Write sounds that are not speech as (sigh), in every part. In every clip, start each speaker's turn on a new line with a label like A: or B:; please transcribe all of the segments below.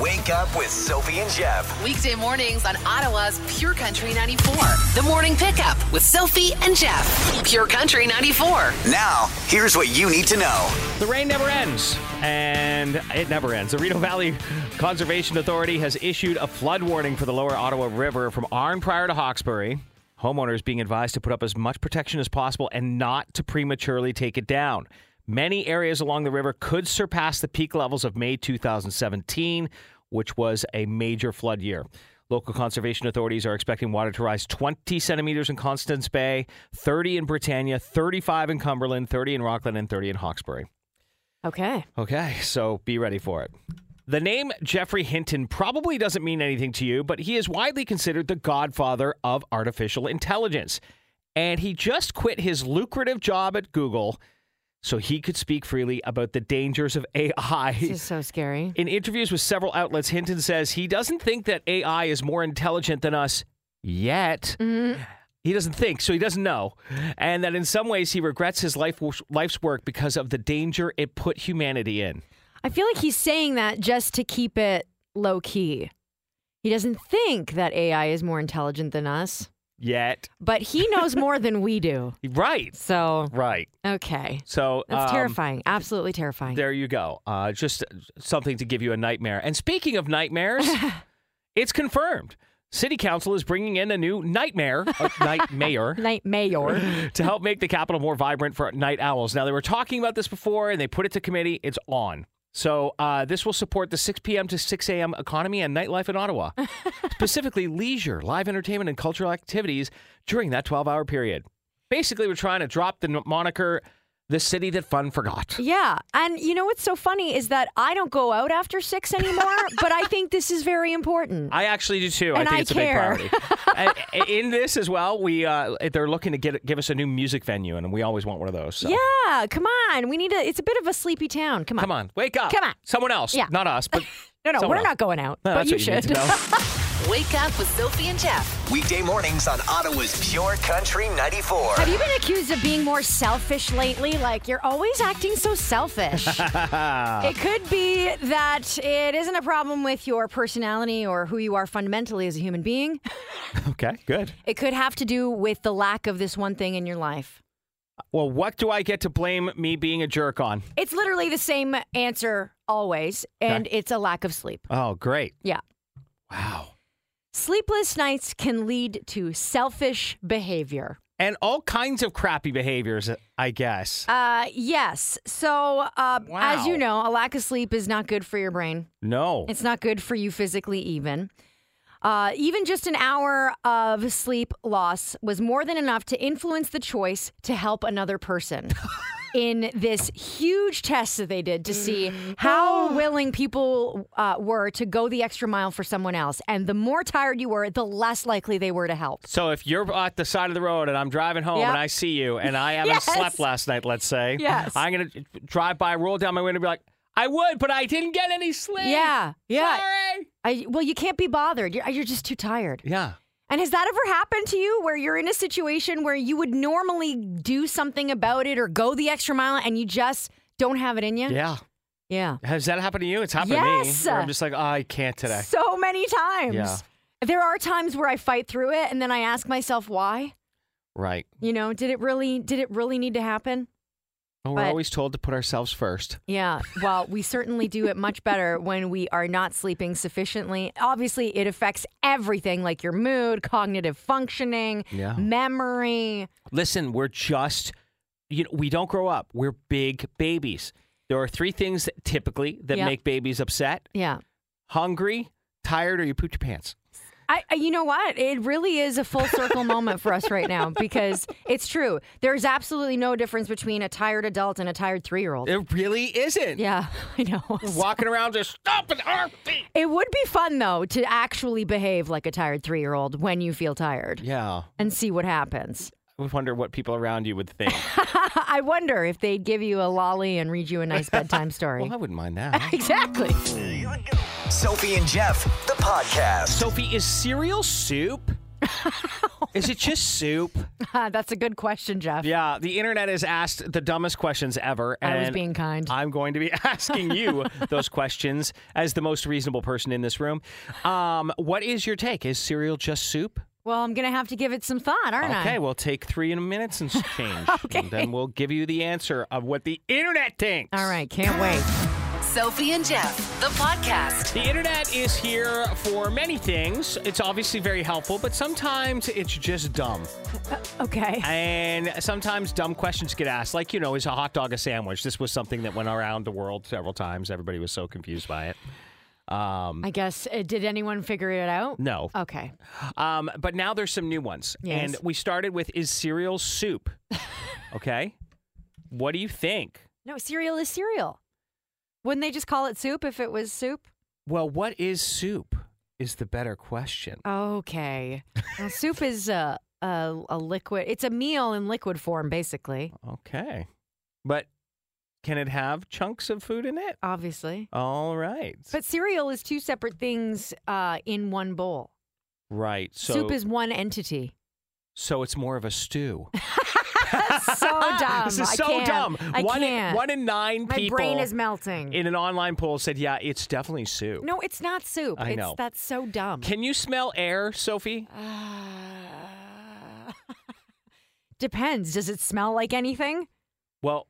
A: Wake up with Sophie and Jeff.
B: Weekday mornings on Ottawa's Pure Country 94. The morning pickup with Sophie and Jeff. Pure Country 94.
A: Now, here's what you need to know.
C: The rain never ends, and it never ends. The Reno Valley Conservation Authority has issued a flood warning for the lower Ottawa River from Arne Prior to Hawkesbury. Homeowners being advised to put up as much protection as possible and not to prematurely take it down. Many areas along the river could surpass the peak levels of May 2017, which was a major flood year. Local conservation authorities are expecting water to rise 20 centimeters in Constance Bay, 30 in Britannia, 35 in Cumberland, 30 in Rockland, and 30 in Hawkesbury.
D: Okay.
C: Okay, so be ready for it. The name Jeffrey Hinton probably doesn't mean anything to you, but he is widely considered the godfather of artificial intelligence. And he just quit his lucrative job at Google so he could speak freely about the dangers of
D: This
C: AI.
D: is so scary.
C: In interviews with several outlets, Hinton says he doesn't think that AI is more intelligent than us yet. He doesn't think, so he doesn't know. And that in some ways he regrets his life, life's work because of the danger it put humanity in.
D: I feel like he's saying that just to keep it low key. He doesn't think that AI is more intelligent than us,
C: yet.
D: but he knows more than we do.
C: Right.
D: (laughs) So,
C: Right.
D: okay.
C: So
D: That's
C: um,
D: terrifying. Absolutely terrifying.
C: There you go. Uh, just something to give you a nightmare. And speaking of
D: (laughs)
C: nightmares, it's confirmed. City Council is bringing in a new nightmare, uh,
D: (laughs)
C: night mayor,
D: Night mayor.
C: (laughs) to help make the capital more vibrant for night owls. Now, they were talking about this before and they put it to committee. It's on. So, uh, this will support the 6 p.m. to 6 a.m. economy and nightlife in
D: (laughs)
C: Ottawa, specifically leisure, live entertainment, and cultural activities during that 12 hour period. Basically, we're trying to drop the n- moniker, the city that fun forgot.
D: Yeah. And you know what's so funny is that I don't go out after six
C: (laughs)
D: anymore, but I think this is very important.
C: I actually do too. I
D: And
C: think
D: I
C: it's
D: care.
C: a big priority. And in this as well, we uh, they're looking to get give us a new music venue, and we always want one of those. So.
D: Yeah. Come on. We need to, it's a bit of a sleepy town. Come on.
C: Come on, wake up.
D: Come on.
C: Someone else.
D: Yeah.
C: Not us, but
D: (laughs) No, no,
C: someone
D: we're
C: else.
D: not going out,
C: No,
D: but
C: that's
D: you
C: what need to
D: should. (laughs)
C: know.
B: Wake up with Sophie and Jeff.
A: Weekday mornings on Ottawa's Pure Country 94.
D: Have you been accused of being more selfish lately? Like, you're always acting so selfish. it could be that it isn't a problem with your personality or who you are fundamentally as a human being.
C: okay, good.
D: It could have to do with the lack of this one thing in your life.
C: Well, what do I get to blame me being a jerk on?
D: It's literally the same answer always, and it's a lack of sleep.
C: Oh, great.
D: Yeah.
C: Wow.
D: Sleepless nights can lead to selfish behavior.
C: And all kinds of crappy behaviors, I guess.
D: Uh, yes. So, uh,
C: Wow.
D: as you know, a lack of sleep is not good for your brain.
C: No.
D: It's not good for you physically, even. Uh, even just an hour of sleep loss was more than enough to influence the choice to help another person. In this huge test that they did to see how willing people uh, were to go the extra mile for someone else. And the more tired you were, the less likely they were to help.
C: So if you're at the side of the road and I'm driving home
D: Yep.
C: and I see you and I haven't
D: Yes.
C: slept last night, let's say,
D: Yes.
C: I'm gonna drive by, roll down my window, and be like, I would, but I didn't get any sleep.
D: Yeah, yeah.
C: Sorry.
D: I, well, you can't be bothered. You're, you're just too tired.
C: Yeah.
D: And has that ever happened to you where you're in a situation where you would normally do something about it or go the extra mile and you just don't have it in you?
C: Yeah.
D: Yeah.
C: Has that happened to you? It's happened
D: Yes.
C: to me. where I'm just like, oh, I can't today.
D: So many times.
C: Yeah.
D: There are times where I fight through it and then I ask myself why.
C: Right.
D: You know, did it really did it really need to happen?
C: Well, we're
D: But-
C: always told to put ourselves first.
D: Yeah. Well, we certainly do it much better (laughs) when we are not sleeping sufficiently. Obviously, it affects everything like your mood, cognitive functioning,
C: Yeah.
D: memory.
C: Listen, we're just, you know, we don't grow up. We're big babies. There are three things that typically that
D: Yeah.
C: make babies upset:
D: Yeah.
C: hungry, tired, or you poop your pants.
D: I, I- you know what? It really is a full circle moment for us right now because it's true. There's absolutely no difference between a tired adult and a tired three year old.
C: There really isn't.
D: Yeah, (laughs) I know.
C: Walking around just stomping our feet.
D: It would be fun though to actually behave like a tired three year old when you feel tired
C: Yeah.
D: and see what happens.
C: I wonder what people around you would think.
D: I wonder if they'd give you a lolly and read you a nice bedtime
C: (laughs)
D: story.
C: well, (laughs) I wouldn't mind that.
D: (laughs) exactly. (laughs)
A: Sophie and Jeff, the podcast.
D: (laughs)
C: Sophie, is cereal soup? Is it just soup?
D: That's a good question, Jeff.
C: Yeah, the internet has asked the dumbest questions ever.
D: I
C: And
D: was being kind.
C: I'm going to be (laughs) asking
D: (laughs)
C: you those questions as the most reasonable person in this room. Um, what is your take? Is cereal just soup?
D: Well, I'm gonna have to give it some thought, aren't I?
C: Okay, we'll take three in a minute
D: (laughs)
C: and change. And then we'll give you the answer of what the internet thinks.
D: All right,
C: (laughs)
D: can't wait.
B: Sophie and Jeff, the podcast.
C: The internet is here for many things. It's obviously very helpful, but sometimes it's just dumb.
D: Okay.
C: And sometimes dumb questions get asked, like, you know, is a hot dog a sandwich? This was something that went around the world several times. Everybody was so confused by it. Um,
D: I guess uh, did anyone figure it out?
C: No.
D: Okay.
C: Um, but now there's some new ones.
D: Oh. Yes.
C: And we started with is cereal
D: (laughs)
C: soup? okay. What do you think?
D: No, cereal is cereal. Wouldn't they just call it soup if it was soup?
C: Well, what is soup is the better question.
D: Oh. Okay. Well, soup is a, a a liquid. It's a meal in liquid form, basically.
C: Okay. But can it have chunks of food in it?
D: Obviously.
C: All right.
D: But cereal is two separate things uh, in one bowl.
C: right. So
D: soup is one
C: (laughs)
D: entity.
C: so it's more of a stew.
D: That's so dumb.
C: this is
D: I
C: so
D: can't.
C: dumb.
D: I
C: one
D: can't.
C: In, one in nine
D: My
C: people
D: brain is melting.
C: in an online poll said, "Yeah, it's definitely soup."
D: no, it's not soup.
C: I
D: it's,
C: know.
D: That's so dumb.
C: Can you smell air, Sophie?
D: Uh, (sighs) Depends. Does it smell like anything?
C: Well,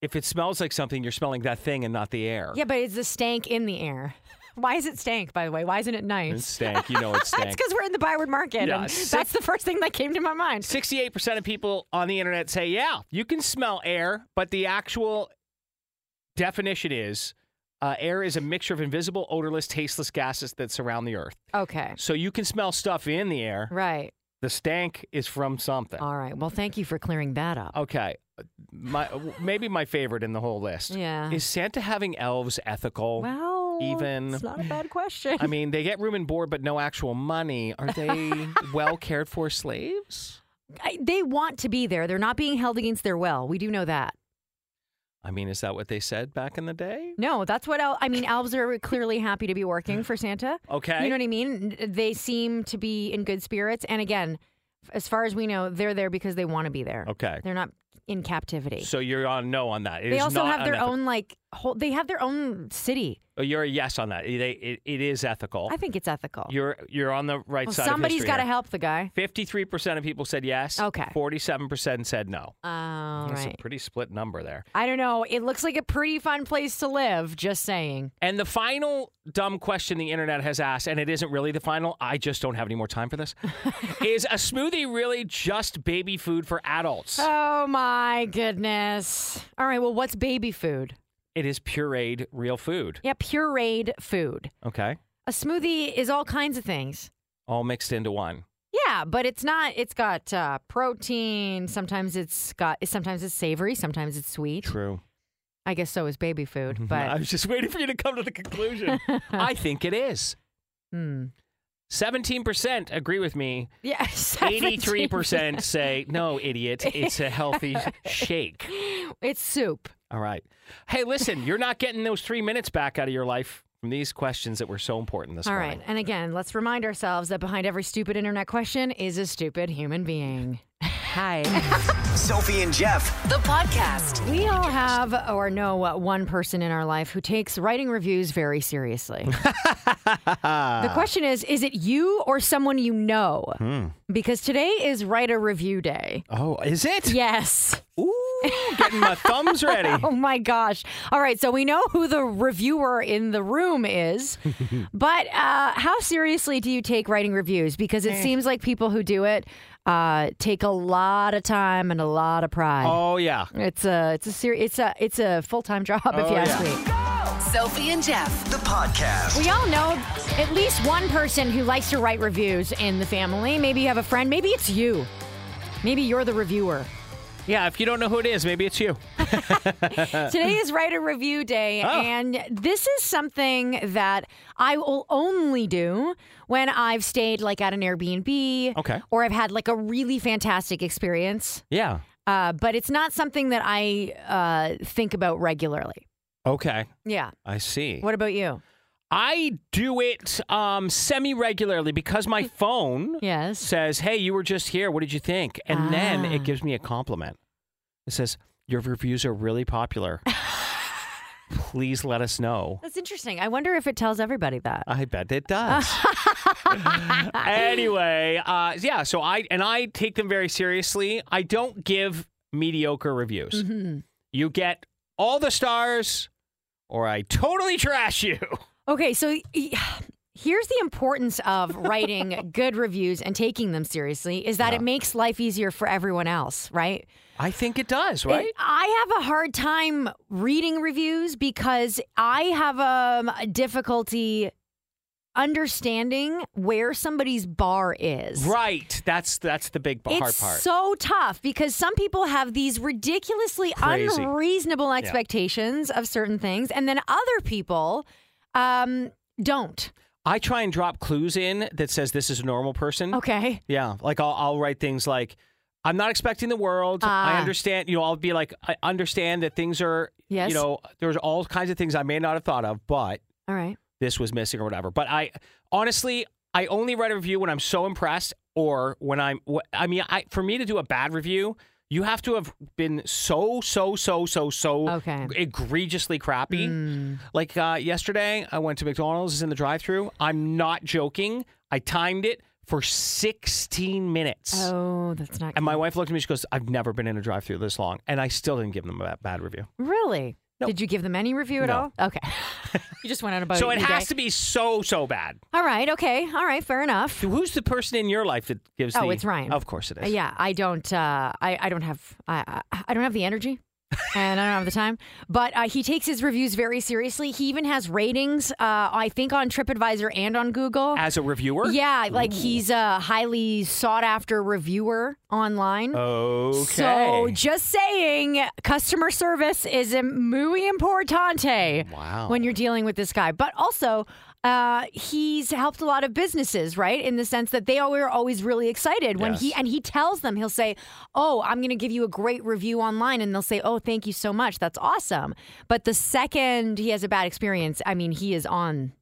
C: if it smells like something, you're smelling that thing and not the air.
D: Yeah, but it's the stank in the air. (laughs) Why is it stank, by the way? Why isn't it
C: It's
D: (laughs) nice?
C: stank. You know it's
D: That's
C: stank.
D: because we're in the Byward Market.
C: Yeah,
D: and
C: sick.
D: that's the first thing that came to my mind.
C: 68% of people on the internet say, yeah, you can smell air, but the actual definition is uh, air is a mixture of invisible, odorless, tasteless gases that surround the earth.
D: Okay.
C: So you can smell stuff in the air.
D: Right.
C: The stank is from something.
D: All right. Well, thank you for clearing that up.
C: Okay. My maybe my favorite in the whole list.
D: Yeah.
C: Is Santa having elves ethical?
D: Well,
C: Oh, Even-
D: It's not a
C: (laughs)
D: bad question. (laughs)
C: I mean, they get room and board but no actual money. Are they well cared for slaves?
D: I- they want to be there. They're not being held against their will. We do know that.
C: I mean, is that what they said back in the day?
D: No, that's what el- I mean. Elves are clearly happy to be working for Santa.
C: Okay.
D: You know what I mean? N- They seem to be in good spirits. And again, f- as far as we know, they're there because they want to be there.
C: Okay.
D: They're not in captivity.
C: So you're on no on that. It
D: they
C: is
D: also
C: not
D: have their
C: unethical.
D: own like whole, they have their own city.
C: Oh, You're a yes on that. They, it, it is ethical.
D: I think it's ethical.
C: You're you're on the right
D: well,
C: side.
D: somebody's
C: got
D: to help the guy.
C: Fifty-three percent of people said yes.
D: Okay.
C: Forty-seven percent said no.
D: All
C: That's
D: right.
C: a pretty split number there.
D: I don't know. It looks like a pretty fun place to live. Just saying.
C: And the final dumb question the internet has asked, and it isn't really the final, I just don't have any more time for
D: (laughs)
C: this, is a smoothie really just baby food for adults?
D: Oh my goodness. All right. Well, what's baby food?
C: it is pureed real food.
D: Yeah, pureed food.
C: Okay.
D: A smoothie is all kinds of things.
C: All mixed into one.
D: Yeah, but it's not. It's got uh, protein. Sometimes it's got. Sometimes it's savory. Sometimes it's sweet.
C: True. Mm-hmm.
D: I guess so is baby food.
C: I
D: But
C: was just waiting for you to come to the
D: (laughs)
C: conclusion. I think it is.
D: hmm.
C: 17% agree with
D: (laughs)
C: me.
D: (laughs) yeah,
C: 83% say, no, idiot, it's a
D: (laughs)
C: healthy shake.
D: 17%. It's soup.
C: All right. Hey, listen, you're not getting those three minutes back out of your life from these questions that were so important this
D: All
C: morning.
D: right. And again, let's remind ourselves that behind every stupid internet question is a stupid human being. Hi.
A: Sophie and Jeff.
B: The podcast.
D: (laughs) We all have or know uh, one person in our life who takes writing reviews very (laughs) seriously. the question is is it you or someone you know? Because today is Write a Review Day.
C: Oh, is it?
D: Yes.
C: Ooh, getting my
D: (laughs)
C: thumbs ready.
D: Oh my gosh. All right. So we know who the reviewer in the room is, but uh, how seriously do you take writing reviews? Because
C: Eh.
D: it seems like people who do it uh, take a lot of time and a lot of pride.
C: Oh yeah.
D: It's a it's a ser- it's a it's a full time job if
C: Oh,
D: you ask
C: yeah.
D: me.
B: Sophie and Jeff.
A: The podcast.
D: We all know at least one person who likes to write reviews in the family. Maybe you have a friend. Maybe it's you. Maybe you're the reviewer.
C: Yeah, if you don't know who it is, maybe it's you.
D: Today is Write a Review Day, and this is something that I will only do when I've stayed like at an Airbnb,
C: Okay.
D: or I've had like a really fantastic experience.
C: Yeah.
D: Uh, but it's not something that I uh, think about regularly.
C: Okay.
D: Yeah.
C: I see.
D: What about you?
C: I do it um, semi regularly because my
D: Mm.
C: phone
D: Yes.
C: says, Hey, you were just here. What did you think? And then
D: Ah.
C: it gives me a compliment. It says, Your reviews are really
D: (laughs)
C: popular. Please let us know.
D: That's interesting. I wonder if it tells everybody that.
C: I bet it does. (laughs) anyway, uh, yeah. So I and I take them very seriously. I don't give mediocre reviews.
D: Mm-hmm.
C: You get all the stars, or I totally trash you.
D: Okay, so y- here's the importance of writing good reviews and taking them seriously is that it makes life easier for everyone else, right?
C: I think it does, right?
D: I have a hard time reading reviews because I have um, a difficulty understanding where somebody's bar is.
C: right. That's that's the big b- hard
D: It's
C: part.
D: so tough because some people have these ridiculously
C: Crazy.
D: unreasonable expectations of certain things, and then other people um, don't.
C: I try and drop clues in that says this is a normal person.
D: Okay.
C: Yeah, like I'll, I'll write things like, "I'm not expecting the world. I
D: Ah.
C: understand." You know, I'll be like, "I understand that things are."
D: Yes.
C: You know, there's all kinds of things I may not have thought of, but
D: All right.
C: this was missing or whatever. But I honestly, I only write a review when I'm so impressed or when I'm. wh- I mean, I for me to do a bad review. You have to have been so, so, so, so, so
D: Okay. Mm.
C: egregiously crappy. Like uh, yesterday, I went to McDonald's it's in the drive-through. I'm not joking. I timed it for 16 minutes.
D: Oh, that's not
C: And my wife looked at me. She goes, "I've never been in a drive-through this long," and I still didn't give them a ba- bad review.
D: really. Did you give them any review at
C: No.
D: all?
C: (laughs)
D: Okay. Oh, you just went on about
C: so it has to be so so bad.
D: All right. Okay. All right. Fair enough.
C: Who's the person in your life that gives?
D: Oh,
C: the-
D: it's Ryan.
C: Of course it
D: Uh,
C: is.
D: Yeah, I don't. Uh, I I don't have. I I I don't have
C: (laughs)
D: the energy. and I don't have the time, but uh, he takes his reviews very seriously. He even has ratings, uh, I think, on TripAdvisor and on Google.
C: As a reviewer.
D: yeah, like he's a highly sought after reviewer online.
C: Okay.
D: So just saying, customer service is im- muy importante
C: Wow.
D: when you're dealing with this guy. But also, uh, he's helped a lot of businesses, right? In the sense that they were always really excited when he
C: Yes.
D: and he tells them, he'll say, "Oh, I'm going to give you a great review online," and they'll say, "Oh, thank you so much, that's awesome." But the second he has a bad experience, I mean, he is on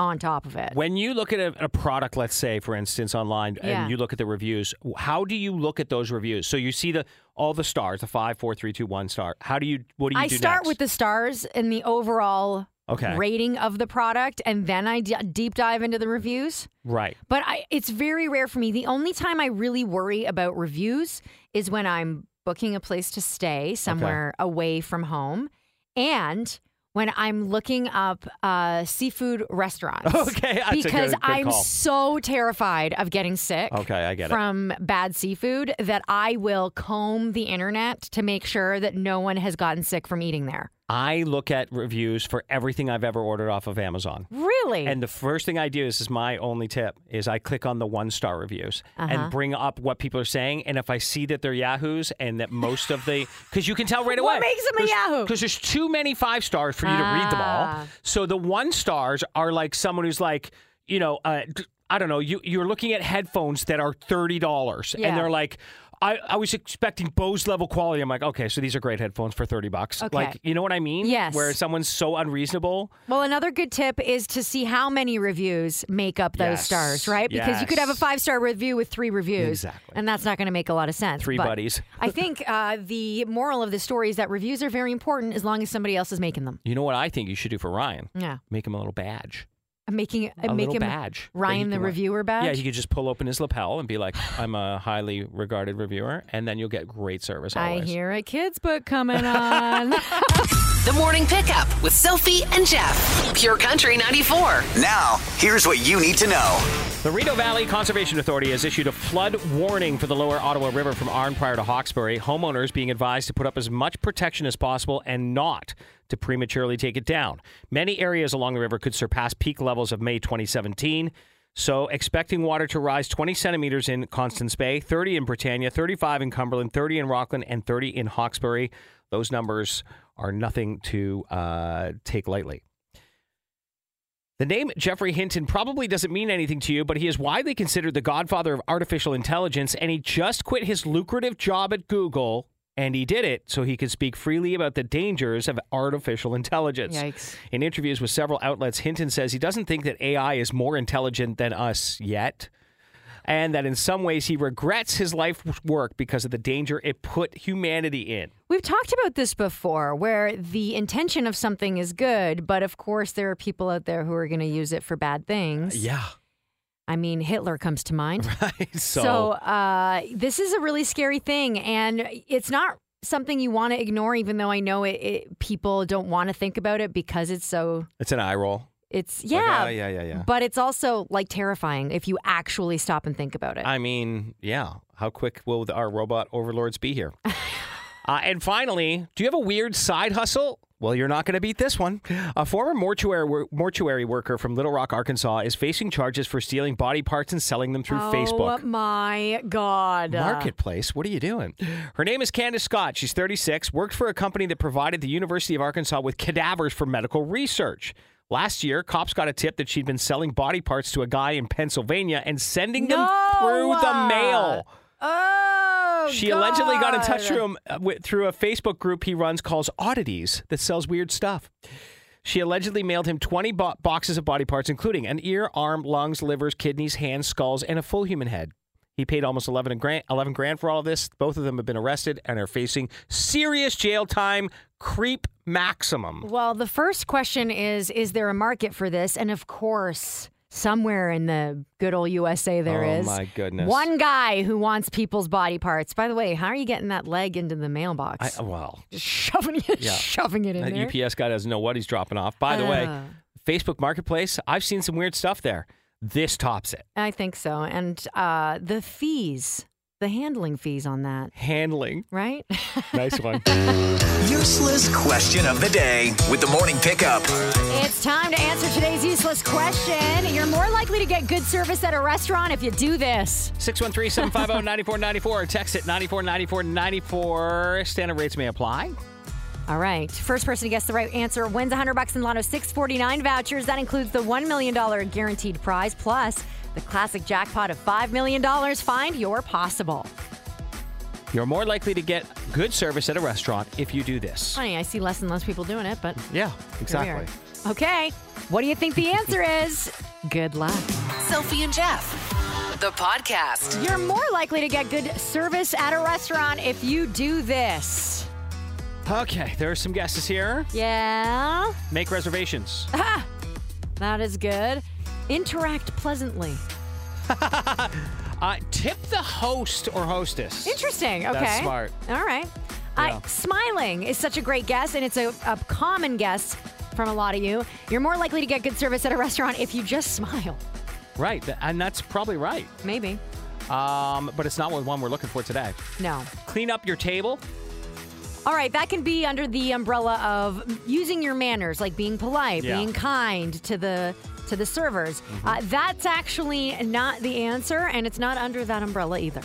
D: on top of it.
C: when you look at a, a product, let's say, for instance, online,
D: Yeah.
C: and you look at the reviews, how do you look at those reviews? So you see the all the stars, the five, four, three, two, one star. How do you? What do you
D: I
C: do
D: start
C: next?
D: with the stars and the overall
C: Okay.
D: rating of the product, and then I d- deep dive into the reviews.
C: right.
D: But I, it's very rare for me. The only time I really worry about reviews is when I'm booking a place to stay somewhere away from home, and when I'm looking up uh, seafood restaurants.
C: (laughs) Okay, that's a good-
D: because
C: good
D: I'm
C: call.
D: so terrified of getting sick.
C: Okay, I get it.
D: from bad seafood that I will comb the internet to make sure that no one has gotten sick from eating there.
C: I look at reviews for everything I've ever ordered off of Amazon.
D: Really?
C: And the first thing I do, this is my only tip, is I click on the one star reviews
D: Uh-huh.
C: and bring up what people are saying. And if I see that they're Yahoos and that most of
D: (sighs)
C: the, because you can tell right away.
D: What makes them a Yahoo?
C: Because there's too many five stars for you to read them all.
D: Ah.
C: So the one stars are like someone who's like, you know, uh, d- I don't know, you, you're looking at headphones that are $30
D: Yeah.
C: and they're like, I, I was expecting Bose level quality. I'm like, okay, so these are great headphones for 30 bucks.
D: Okay.
C: Like, you know what I mean?
D: Yes.
C: Where someone's so unreasonable.
D: Well, another good tip is to see how many reviews make up those
C: Yes.
D: stars, right? Because you could have a
C: Yes.
D: five star review with three reviews.
C: Exactly.
D: And that's not going to make a lot of sense.
C: Three
D: but
C: buddies.
D: I think uh, the moral of the story is that reviews are very important as long as somebody else is making them.
C: You know what I think you should do for Ryan?
D: Yeah.
C: Make him a little badge.
D: I'm making
C: A
D: I'm
C: little
D: making
C: badge. that he
D: Ryan
C: can
D: the
C: wear.
D: reviewer badge.
C: Yeah, he could just pull open his lapel and be like, I'm a highly regarded reviewer, and then you'll get great service
D: I
C: always.
D: hear a kids book
C: (laughs)
D: coming on.
B: The morning pickup with Sophie and Jeff. Pure Country 94.
A: Now, here's what you need to know.
C: The Reno Valley Conservation Authority has issued a flood warning for the lower Ottawa River from Arne prior to Hawkesbury. Homeowners being advised to put up as much protection as possible and not to prematurely take it down. Many areas along the river could surpass peak levels of May 2017. So, expecting water to rise 20 centimeters in Constance Bay, 30 in Britannia, 35 in Cumberland, 30 in Rockland, and 30 in Hawkesbury. Those numbers are nothing to uh, take lightly. The name Jeffrey Hinton probably doesn't mean anything to you, but he is widely considered the godfather of artificial intelligence, and he just quit his lucrative job at Google and he did it so he could speak freely about the dangers of artificial intelligence.
D: Yikes.
C: In interviews with several outlets, Hinton says he doesn't think that AI is more intelligent than us yet, and that in some ways he regrets his life's work because of the danger it put humanity in.
D: We've talked about this before where the intention of something is good, but of course there are people out there who are going to use it for bad things.
C: Yeah.
D: I mean, Hitler comes to mind.
C: (laughs) so,
D: So uh, this is a really scary thing, and it's not something you want to ignore. Even though I know it, it people don't want to think about it because it's so
C: it's an eye roll.
D: it's
C: Like,
D: yeah,
C: ah, yeah, yeah, yeah.
D: But it's also like terrifying if you actually stop and think about it.
C: I mean, yeah. How quick will the- our robot overlords be
D: (laughs)
C: here? uh, and finally, do you have a weird side hustle? Well, you're not going to beat this one. A former mortuary wor- mortuary worker from Little Rock, Arkansas, is facing charges for stealing body parts and selling them through Facebook.
D: Oh my god!
C: Marketplace? What are you doing? Her name is Candace Scott. She's 36, worked for a company that provided the University of Arkansas with cadavers for medical research. Last year, cops got a tip that she'd been selling body parts to a guy in Pennsylvania and sending them
D: No!
C: through the mail.
D: Oh,
C: She allegedly got in touch
D: God.
C: through, him, uh, wi- through a Facebook group he runs calls Oddities that sells weird stuff. She allegedly mailed him 20 bo- boxes of body parts, including an ear, arm, lungs, livers, kidneys, hands, skulls, and a full human head. He paid almost 11 grand, 11 grand for all of this. Both of them have been arrested and are facing serious jail time, creep maximum.
D: Well, the first question is Is there a market for this? And of course, somewhere in the good old USA, there
C: Oh,
D: is.
C: my goodness.
D: One guy who wants people's body parts. By the way, how are you getting that leg into the
C: I,
D: mailbox?
C: well,
D: Just shoving it,
C: Yeah.
D: (laughs)
C: Uh,
D: shoving it in
C: that
D: there.
C: UPS guy doesn't know what he's dropping off. By the way,
D: Uh.
C: Facebook Marketplace, I've seen some weird stuff there. This tops it.
D: I think so. And uh, the fees, the handling fees on that, (laughs)
C: Handling.
D: right?
C: Nice one.
A: Useless question of the day with the morning pickup.
D: It's time to answer today's useless question. You're more likely to get good service at a restaurant if you do this.
C: oh, 613-750-9494 or text it 949494. Standard rates may apply.
D: All right. First person to guess the right answer wins 100 bucks in Lotto 649 vouchers. That includes the $1 million guaranteed prize plus the classic jackpot of $5 million. Find your possible.
C: You're more likely to get good service at a restaurant if you do this.
D: Funny, I see less and less people doing it, but here
C: Yeah,
D: we
C: exactly.
D: are. Okay. What do you think the answer is? (laughs) Good luck.
B: Sophie and Jeff, the podcast.
D: You're more likely to get good service at a restaurant if you do this.
C: Okay, there are some guesses here.
D: Yeah,
C: Make
D: (laughs)
C: reservations.
D: that is good. Interact pleasantly.
C: Uh, tip the host or hostess.
D: Interesting. Okay.
C: That's smart.
D: All right.
C: Yeah.
D: Uh, smiling is such a great guess, and it's a, a common guess from a lot of you. You're more likely to get good service at a restaurant if you just (laughs) smile.
C: Right, th- and that's probably right.
D: Maybe.
C: Um, but it's not what one we're looking for today.
D: No.
C: Clean up your table.
D: All right, that can be under the umbrella of using your manners, like being polite,
C: Yeah. Mm-hmm.
D: being kind to the to the servers. Uh, that's actually not the answer, and it's not under that umbrella either.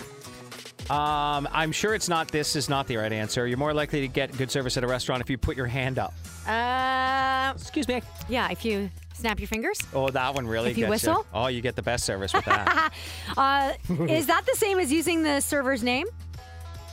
C: Um, I'm sure it's not. This is not the right answer. You're more likely to get good service at a restaurant if you put your hand up.
D: Uh,
C: Excuse me.
D: yeah, if you snap your fingers.
C: Oh, that one really
D: If you
C: gets
D: whistle?
C: Oh, you get the best service with
D: (laughs)
C: that.
D: Uh, is that the same as using the server's name?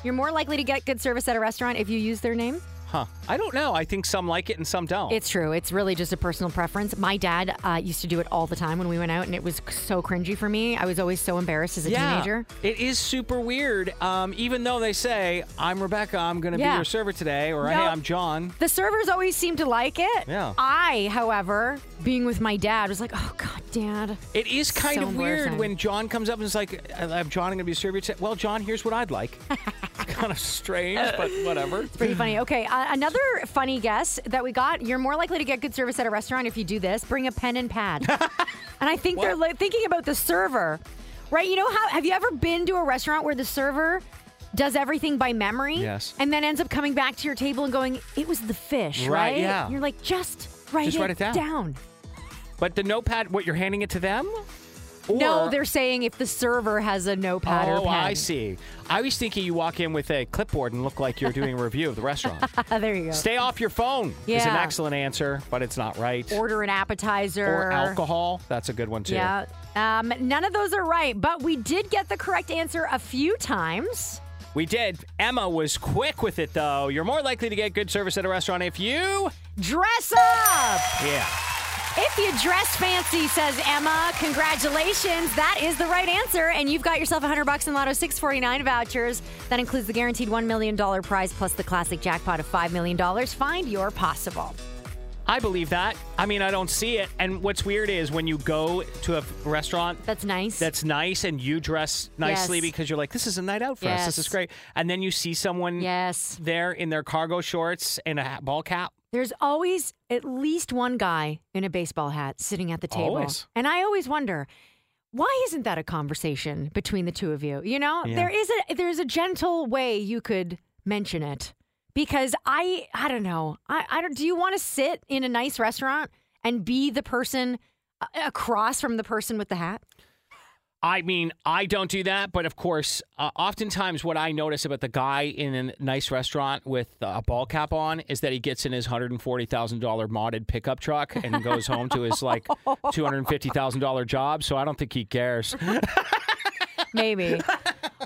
D: You're more likely to get good service at a restaurant if you use their name.
C: huh. I don't know. I think some like it and some don't.
D: It's true. It's really just a personal preference. My dad uh, used to do it all the time when we went out, and it was so cringy for me. I was always so embarrassed as a
C: yeah,
D: teenager.
C: it is super weird. Um, even though they say, "I'm Rebecca, I'm going to be
D: Yeah.
C: your server today," or "Hey,
D: No.
C: I'm John."
D: The servers always seemed to like it.
C: Yeah.
D: I, however, being with my dad, was like, oh, God, dad.
C: It is kind
D: So
C: of weird
D: embarrassing.
C: when John comes up and is like, "Uh, "I'm John. I'm going to be your server today." Well, John, here's what I'd
D: (laughs)
C: like. it's kind of strange, but whatever.
D: Pretty funny. Okay, uh, another funny guess that we got you're more likely to get good service at a restaurant if you do this bring a pen and
C: (laughs)
D: pad. and I think they're li- thinking about the server, right? You know how, have you ever been to a restaurant where the server does everything by memory?
C: Yes.
D: And then ends up coming back to your table and going, it was the fish,
C: Right,
D: right?
C: yeah.
D: You're like, just write,
C: Just
D: it,
C: write it down." But the notepad, what you're handing it to them? Or,
D: No, they're saying if the server has a notepad or
C: Oh,
D: pen.
C: I see. I was thinking you walk in with a clipboard and look like you're doing a review of the restaurant.
D: (laughs) Ah, there you go.
C: Stay off your phone is an
D: Yeah.
C: excellent answer, but it's not right.
D: Order an appetizer.
C: Or alcohol. That's a good one, too.
D: Yeah. Um, none of those are right, but we did get the correct answer a few times.
C: We did. Emma was quick with it, though. You're more likely to get good service at a restaurant if you.
D: Dress up!
C: Yeah.
D: If you dress fancy, says Emma, congratulations. That is the right answer. And you've got yourself 100 bucks in Lotto 649 vouchers. That includes the guaranteed $1 million prize plus the classic jackpot of $5 million. Find your possible.
C: I believe that. I mean, I don't see it. And what's weird is when you go to a f- restaurant
D: That's nice.
C: that's nice and you dress nicely
D: Yes.
C: because you're like, this is a night out for us.
D: Yes.
C: This is great. And then you see someone
D: Yes.
C: there in their cargo shorts and a hat, ball cap.
D: There's always at least one guy in a baseball hat sitting at the table.
C: Always.
D: And I always wonder, why isn't that a conversation between the two of you? You know, there is a there's a gentle way you could mention it. Because I I don't know. I, I don't do you want to sit in a nice restaurant and be the person a- across from the person with the hat?
C: I mean, I don't do that, but of course, uh, oftentimes what I notice about the guy in a nice restaurant with uh, a ball cap on is that he gets in his $140,000 modded pickup truck and goes home to his
D: (laughs)
C: like $250,000 job. So I don't think he cares. (laughs)
D: Maybe.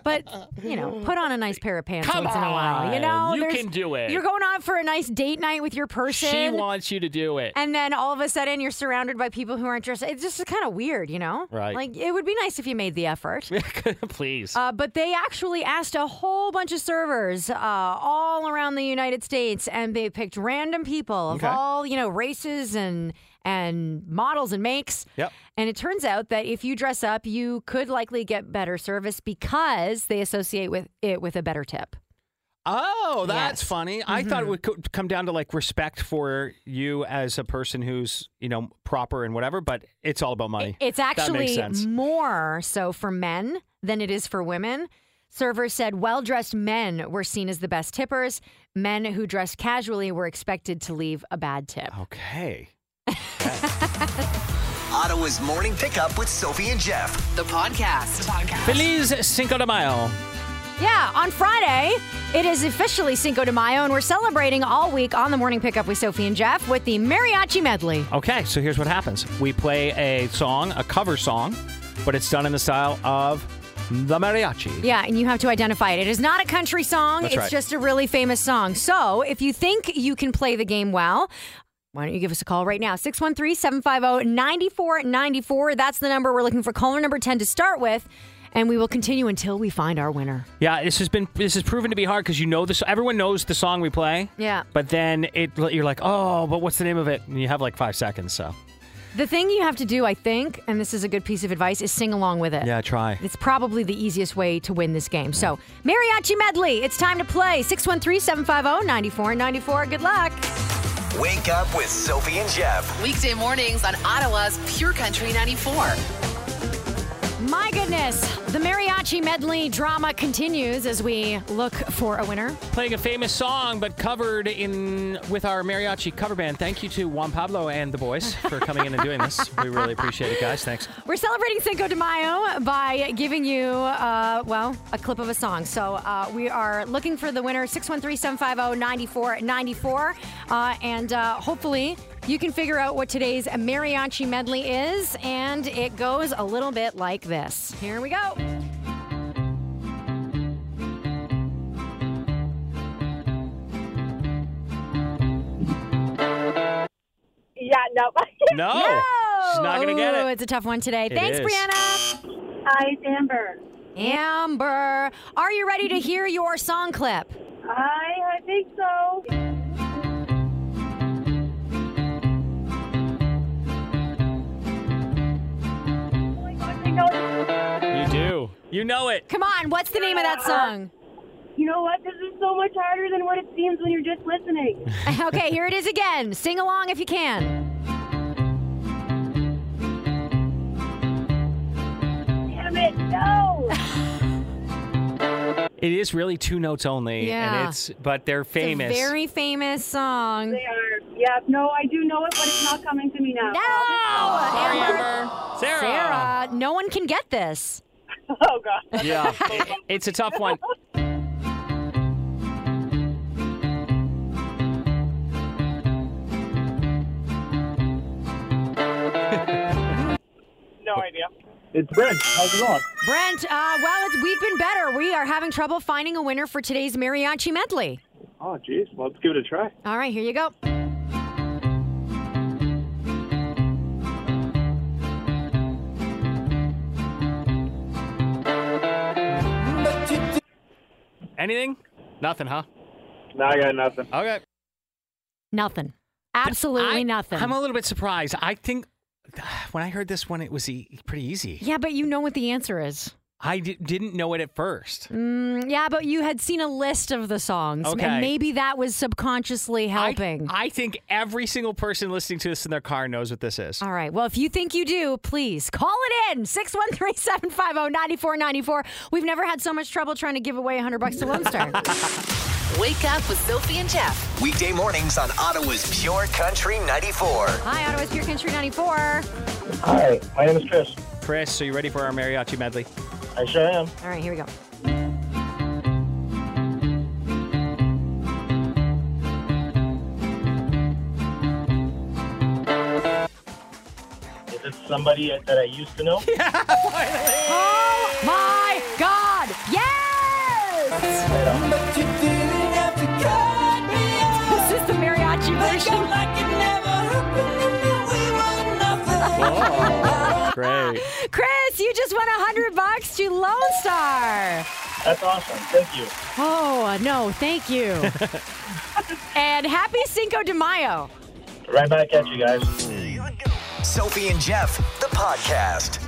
D: But you know, put on a nice pair of pants
C: Come
D: once in a while. You know,
C: on, you
D: There's-
C: can do it.
D: You're going out for a nice date night with your person.
C: she wants you to do it.
D: And then all of a sudden, you're surrounded by people who aren't dressed. It's just kind of weird, you know?
C: Right.
D: Like, it would be nice if you made the effort.
C: (laughs) Please.
D: Uh, but they actually asked a whole bunch of servers uh, all around the United States, and they picked random people of
C: Okay.
D: all you know races and and models and makes.
C: Yep.
D: And it turns out that if you dress up, you could likely get better service because they associate with it with a better tip.
C: Oh, that's
D: Yes. Mm-hmm.
C: funny. I thought it would co- come down to like respect for you as a person who's, you know, proper and whatever, but it's all about money.
D: It's
C: That makes
D: actually
C: sense.
D: more so for men than it is for women. Servers said well dressed men were seen as the best tippers. Men who dressed casually were expected to leave a bad tip.
C: Oh. Okay.
A: Ottawa's morning pickup with Sophie and Jeff.
B: The podcast.
C: Feliz Cinco de Mayo.
D: Yeah, on Friday, it is officially Cinco de Mayo, and we're celebrating all week on the morning pickup with Sophie and Jeff with the mariachi medley.
C: Okay, so here's what happens we play a song, a cover song, but it's done in the style of the mariachi.
D: Yeah, and you have to identify it. It is not a country song,
C: That's
D: it's
C: right.
D: just a really famous song. So if you think you can play the game well, why don't you give us a call right now? 613 750 9494. That's the number we're looking for. Caller number 10 to start with, and we will continue until we find our winner.
C: Yeah, this has been this has proven to be hard because you know this. Everyone knows the song we play.
D: Yeah.
C: But then it you're like, oh, but what's the name of it? And you have like five seconds. So
D: The thing you have to do, I think, and this is a good piece of advice, is sing along with it.
C: yeah, try.
D: It's probably the easiest way to win this game. So, Mariachi Medley, it's time to play. 613 750 9494. Good luck.
A: Wake up with Sophie and Jeff.
B: Weekday mornings on Ottawa's Pure Country 94.
D: My goodness, the mariachi medley drama continues as we look for a winner.
C: playing a famous song but covered in with our mariachi cover band. Thank you to Juan Pablo and the boys for coming in and doing this. We really appreciate it, guys. Thanks.
D: We're celebrating Cinco de Mayo by giving you, uh, well, a clip of a song. So uh, we are looking for the winner, 613 750 9494. And uh, hopefully you can figure out what today's mariachi medley is. And it goes a little bit like this. Here we go.
E: Yeah, no. (laughs)
C: No, Oh, she's not gonna get
D: Ooh,
C: it.
D: It's a tough one today. Thanks,
C: is.
D: Brianna.
E: Hi, it's Amber.
D: Amber, are you ready to hear your song clip?
E: I, I think so. Oh my gosh, I know.
C: You do. You know it.
D: Come on, what's the name of that song? (laughs)
E: You know what? This is so much harder than what it seems when you're just
C: (laughs)
E: listening.
D: okay, here it is again. Sing along if you can.
E: Damn it, no!
C: It is really two notes only,
D: Yeah.
C: and it's but they're
D: It's a
C: famous.
D: very famous song.
E: they are. Yep, no, I do know it, but it's not coming to me now.
D: No!
C: Sorry,
D: Amber.
C: Amber. Sarah.
D: Sarah, no one can get this.
E: (laughs) Oh, God.
C: Yeah, (laughs) it- it's a tough one.
E: No idea.
F: It's Brent. How's it going?
D: Brent, uh, well, it's, we've been better. We are having trouble finding a winner for today's mariachi medley.
F: Oh, jeez. Well, let's give it a try.
D: All right, here you go.
C: Anything? Nothing, huh?
F: No, I got nothing.
C: Okay.
D: Nothing. Absolutely
C: I-
D: nothing.
C: I'm a little bit surprised. I think (sighs) when I heard this one, it was e- pretty easy.
D: yeah, but you know what the answer is. Mm,
C: I d- didn't know it at first.
D: Yeah, but you had seen a list of the songs,
C: Okay.
D: and maybe that was subconsciously
C: I-
D: helping.
C: I, think every single person listening to this in their car knows what this is.
D: All right. Well, if you think you do, please call it in 613 750 9494. We've never had so much trouble trying to give away 100 bucks to Lone (laughs) Star.
B: Wake up with Sophie and Jeff.
A: Weekday mornings on Ottawa's Pure Country 94.
D: Hi, Ottawa's Pure Country 94.
F: Hi, my name is Chris.
C: Chris, are you ready for our mariachi medley?
F: I sure am.
D: All right, here we go.
F: Is it somebody that I used
C: (laughs)
F: to know?
D: Oh my God. Yes. This is the mariachi version.
C: Great.
D: (laughs) Chris, you just won 100 bucks to Lone Star.
F: That's awesome. Thank you.
D: Oh, no, thank you. and happy Cinco de Mayo.
F: Right back at you guys.
A: Sophie and Jeff, the podcast.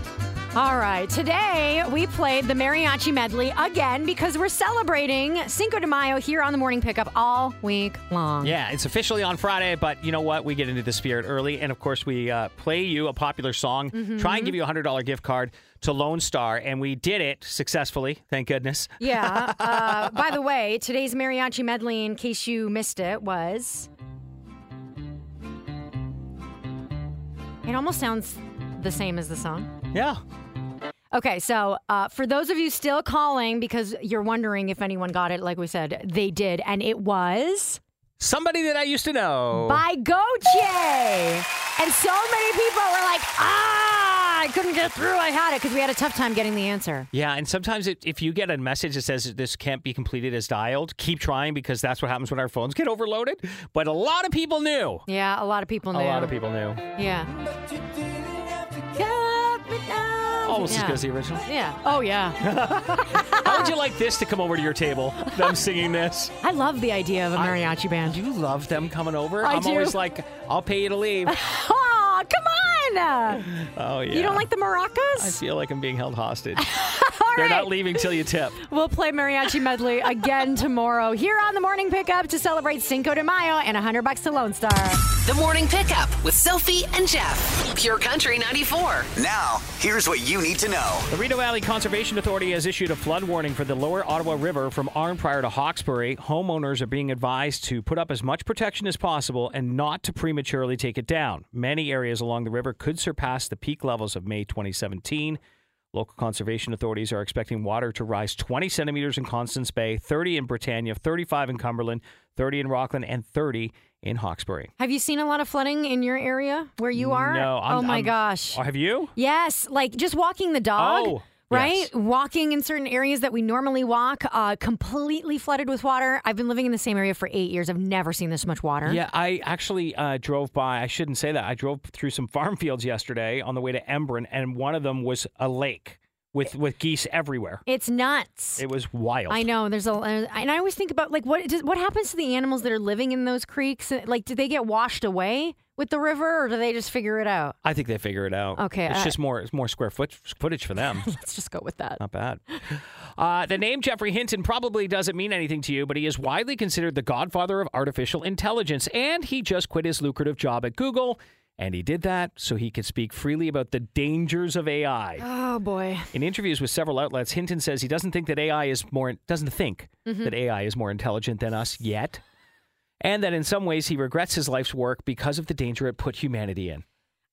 D: All right, today we played the mariachi medley again because we're celebrating Cinco de Mayo here on the morning pickup all week long.
C: Yeah, it's officially on Friday, but you know what? We get into the spirit early. And of course, we uh, play you a popular song,
D: Mm-hmm.
C: try and give you a $100 gift card to Lone Star. And we did it successfully, thank goodness.
D: Yeah. Uh, by the way, today's mariachi medley, in case you missed it, was. It almost sounds the same as the song.
C: Yeah.
D: Okay, so uh, for those of you still calling because you're wondering if anyone got it, like we said, they did, and it was
C: Somebody that I used to know.
D: by Gautier. And so many people were like, ah, I couldn't get through. I had it because we had a tough time getting the answer.
C: Yeah, and sometimes it, if you get a message that says this can't be completed as dialed, keep trying because that's what happens when our phones get overloaded. But a lot of people knew.
D: Yeah, a lot of people knew.
C: A lot of people knew.
D: Yeah.
C: Almost as
D: Yeah.
C: Oh, good as the original.
D: Yeah. Oh, yeah.
C: (laughs) How would you like this to come over to your table? Them singing this.
D: I love the idea of a mariachi
C: Do
D: band.
C: you love them coming over?
D: I
C: am
D: do.
C: always like, I'll pay you to leave.
D: Oh, come on.
C: (laughs) Oh yeah.
D: You don't like the
C: I
D: maracas?
C: feel like I'm being held (laughs) hostage.
D: All
C: They're
D: right.
C: not leaving till you tip.
D: We'll play mariachi medley again tomorrow here on the morning pickup to celebrate Cinco de Mayo and 100 bucks to Lone Star.
B: The morning pickup with Sophie and Jeff. Pure Country 94.
A: Now, here's what you need to know.
C: The Reno Valley Conservation Authority has issued a flood warning for the lower Ottawa River from Arm Prior to Hawkesbury. Homeowners are being advised to put up as much protection as possible and not to prematurely take it down. Many areas along the river could surpass the peak levels of May 2017. Local conservation authorities are expecting water to rise 20 centimeters in Constance Bay, 30 in Britannia, 35 in Cumberland, 30 in Rockland, and 30 in Hawkesbury.
D: Have you seen a lot of flooding in your area where you are?
C: No, I'm,
D: oh my
C: I'm-
D: gosh.
C: Oh, Have you?
D: Yes, like just walking the dog.
C: Oh,
D: Right?
C: yes.
D: Walking in certain areas that we normally walk, uh, completely flooded with water. I've been living in the same area for eight years. I've never seen this much water.
C: Yeah, I actually uh, drove by. I shouldn't say that. I drove through some farm (laughs) fields yesterday on the way to Embrun, and one of them was a lake with with geese everywhere.
D: It's nuts.
C: It was wild.
D: I know. There's a, and I always think about like what does, what happens to the animals that are living in those creeks? Uh, Like, do they get washed away with the river, or do they just figure it out?
C: I think they figure it out.
D: Okay, uh,
C: it's
D: I-
C: just more it's more square foot footage for
D: (laughs)
C: them.
D: Let's just go with that.
C: Not bad. Uh, the name Jeffrey Hinton probably doesn't mean anything to you, but he is widely considered the godfather of artificial intelligence, and he just quit his lucrative job at Google. And he did that so he could speak freely about the dangers of AI.
D: Oh boy.
C: In interviews with several outlets, Hinton says he doesn't think that AI is more doesn't think that AI is more intelligent than us yet, and that in some ways he regrets his life's work because of the danger it put humanity in.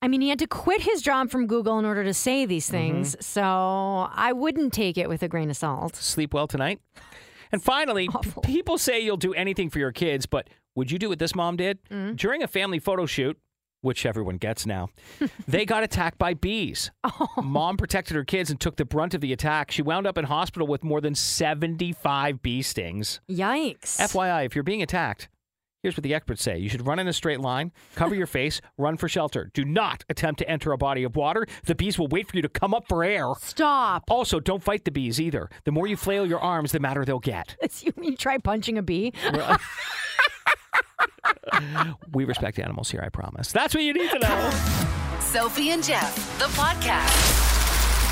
D: I mean, he had to quit his job from Google in order to say these things. So I wouldn't take it with a grain of salt.
C: Sleep well tonight. And finally, p- people say you'll do anything for your kids, but would you do what this mom did during a family photo shoot? which everyone gets now, they got attacked by bees. Mom protected her kids and took the brunt of the attack. She wound up in hospital with more than 75 bee stings.
D: Yikes.
C: FYI, if you're being attacked, here's what the experts say you should run in a straight line, cover your (laughs) face, run for shelter. Do not attempt to enter a body of water. The bees will wait for you to come up for air.
D: Stop. (laughs)
C: Also, don't fight the bees either. The more you flail your arms, the madder they'll get. (laughs)
D: You, you try punching a bee?
C: We respect animals here, I promise. That's what you need to know.
B: Sophie and Jeff, the podcast.